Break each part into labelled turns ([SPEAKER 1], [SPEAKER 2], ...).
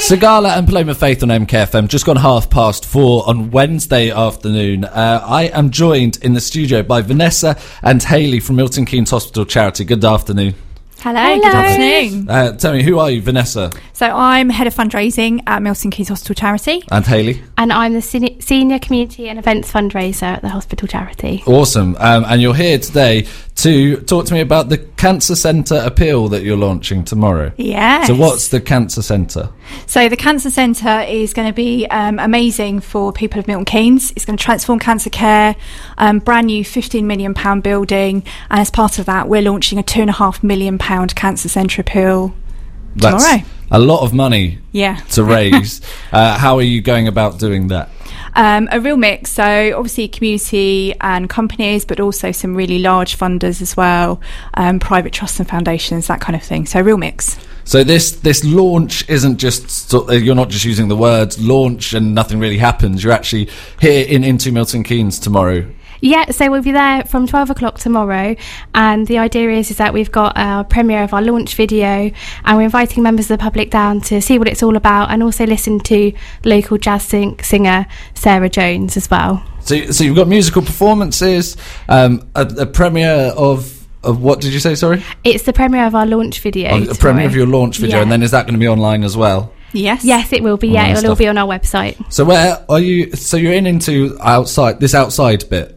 [SPEAKER 1] Sagala and Plume of Faith on MKFM, just gone half past four on Wednesday afternoon. Uh, I am joined in the studio by Vanessa and Haley from Milton Keynes Hospital Charity. Good afternoon.
[SPEAKER 2] Hello,
[SPEAKER 3] Hello.
[SPEAKER 2] good afternoon.
[SPEAKER 1] Uh, tell me, who are you, Vanessa
[SPEAKER 2] So I'm head of fundraising at Milton Keynes Hospital Charity.
[SPEAKER 1] and Haley?
[SPEAKER 3] And I'm the seni- senior community and events fundraiser at the hospital charity.
[SPEAKER 1] Awesome. Um, and you're here today to talk to me about the Cancer Centre appeal that you're launching tomorrow.
[SPEAKER 2] Yes.
[SPEAKER 1] So, what's the Cancer Centre?
[SPEAKER 2] So the Cancer Centre is going to be um, amazing for people of Milton Keynes. It's going to transform cancer care. Um, brand new fifteen million pound building, and as part of that, we're launching a two and a half million pound Cancer Centre appeal.
[SPEAKER 1] That's
[SPEAKER 2] Tomorrow.
[SPEAKER 1] a lot of money
[SPEAKER 2] Yeah.
[SPEAKER 1] to raise. uh, how are you going about doing that?
[SPEAKER 2] um, a real mix. So obviously community and companies, but also some really large funders as well, um, private trusts and foundations, that kind of thing. So a real mix.
[SPEAKER 1] So this this launch isn't just sort of- you're not just using the words launch and nothing really happens. You're actually here in into Milton Keynes tomorrow.
[SPEAKER 3] Yeah, so we'll be there from 12 o'clock tomorrow. And the idea is, is that we've got our premiere of our launch video and we're inviting members of the public down to see what it's all about and also listen to local jazz sing- singer Sarah Jones as well.
[SPEAKER 1] So so you've got musical performances, um, a, a premiere of of what did you say? Sorry,
[SPEAKER 3] It's the premiere of our launch
[SPEAKER 1] a
[SPEAKER 3] video.
[SPEAKER 1] Oh, premiere of
[SPEAKER 3] tomorrow.
[SPEAKER 1] your launch video,
[SPEAKER 3] Yeah.
[SPEAKER 1] and then is that going to be online as well?
[SPEAKER 2] Yes.
[SPEAKER 3] Yes, it will be. Yeah,
[SPEAKER 1] Online
[SPEAKER 3] it'll all
[SPEAKER 1] Oh, stuff.
[SPEAKER 3] be on our website.
[SPEAKER 1] So where are you? So you're in into outside this outside bit.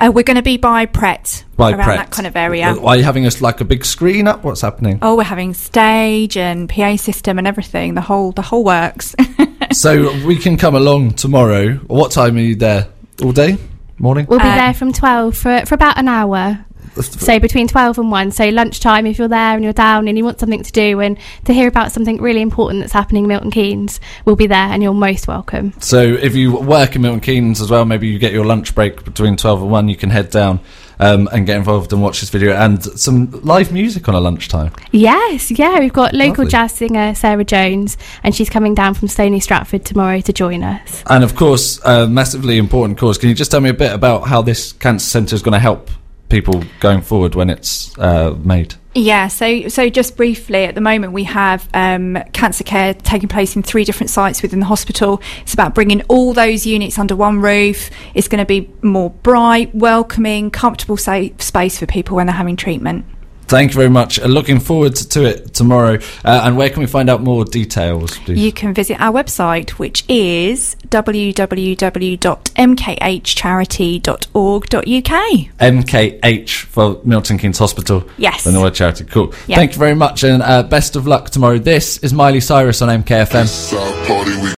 [SPEAKER 2] Uh, we're going to be by Pret,
[SPEAKER 1] By
[SPEAKER 2] around that
[SPEAKER 1] Pret. Uh,
[SPEAKER 2] kind of area.
[SPEAKER 1] Are you having us like a big screen up? What's happening?
[SPEAKER 2] Oh, we're having stage and PA system and everything. The whole the whole works.
[SPEAKER 1] so we can come along tomorrow. What time are you there? All day, morning.
[SPEAKER 3] We'll be
[SPEAKER 2] Um,
[SPEAKER 3] there from 12 for, for about an hour. So between 12 and 1. So lunchtime, if you're there and you're down and you want something to do and to hear about something really important that's happening in Milton Keynes, we'll be there and you're most welcome.
[SPEAKER 1] So if you work in Milton Keynes as well, maybe you get your lunch break between 12 and 1, you can head down um, and get involved and watch this video and some live music on a lunchtime.
[SPEAKER 3] Yes, yeah, we've got local
[SPEAKER 1] Lovely.
[SPEAKER 3] jazz singer Sarah Jones and she's coming down from Stony Stratford tomorrow to join us.
[SPEAKER 1] And of course, a massively important cause. Can you just tell me a bit about how this cancer centre is going to help people going forward when it's uh, made?
[SPEAKER 2] Yeah, so so just briefly, at the moment we have um, cancer care taking place in three different sites within the hospital. It's about bringing all those units under one roof. It's going to be more bright, welcoming, comfortable, safe space for people when they're having treatment.
[SPEAKER 1] Thank you very much. Uh, Looking forward to it tomorrow. Uh, and where can we find out more details, please?
[SPEAKER 2] You can visit our website, which is www.mkhcharity.org.uk.
[SPEAKER 1] MKH for Milton Keynes Hospital.
[SPEAKER 2] Yes.
[SPEAKER 1] And the word charity. Cool.
[SPEAKER 2] Yeah.
[SPEAKER 1] Thank you very much and uh, best of luck tomorrow. This is Miley Cyrus on MKFM.
[SPEAKER 4] South Party, we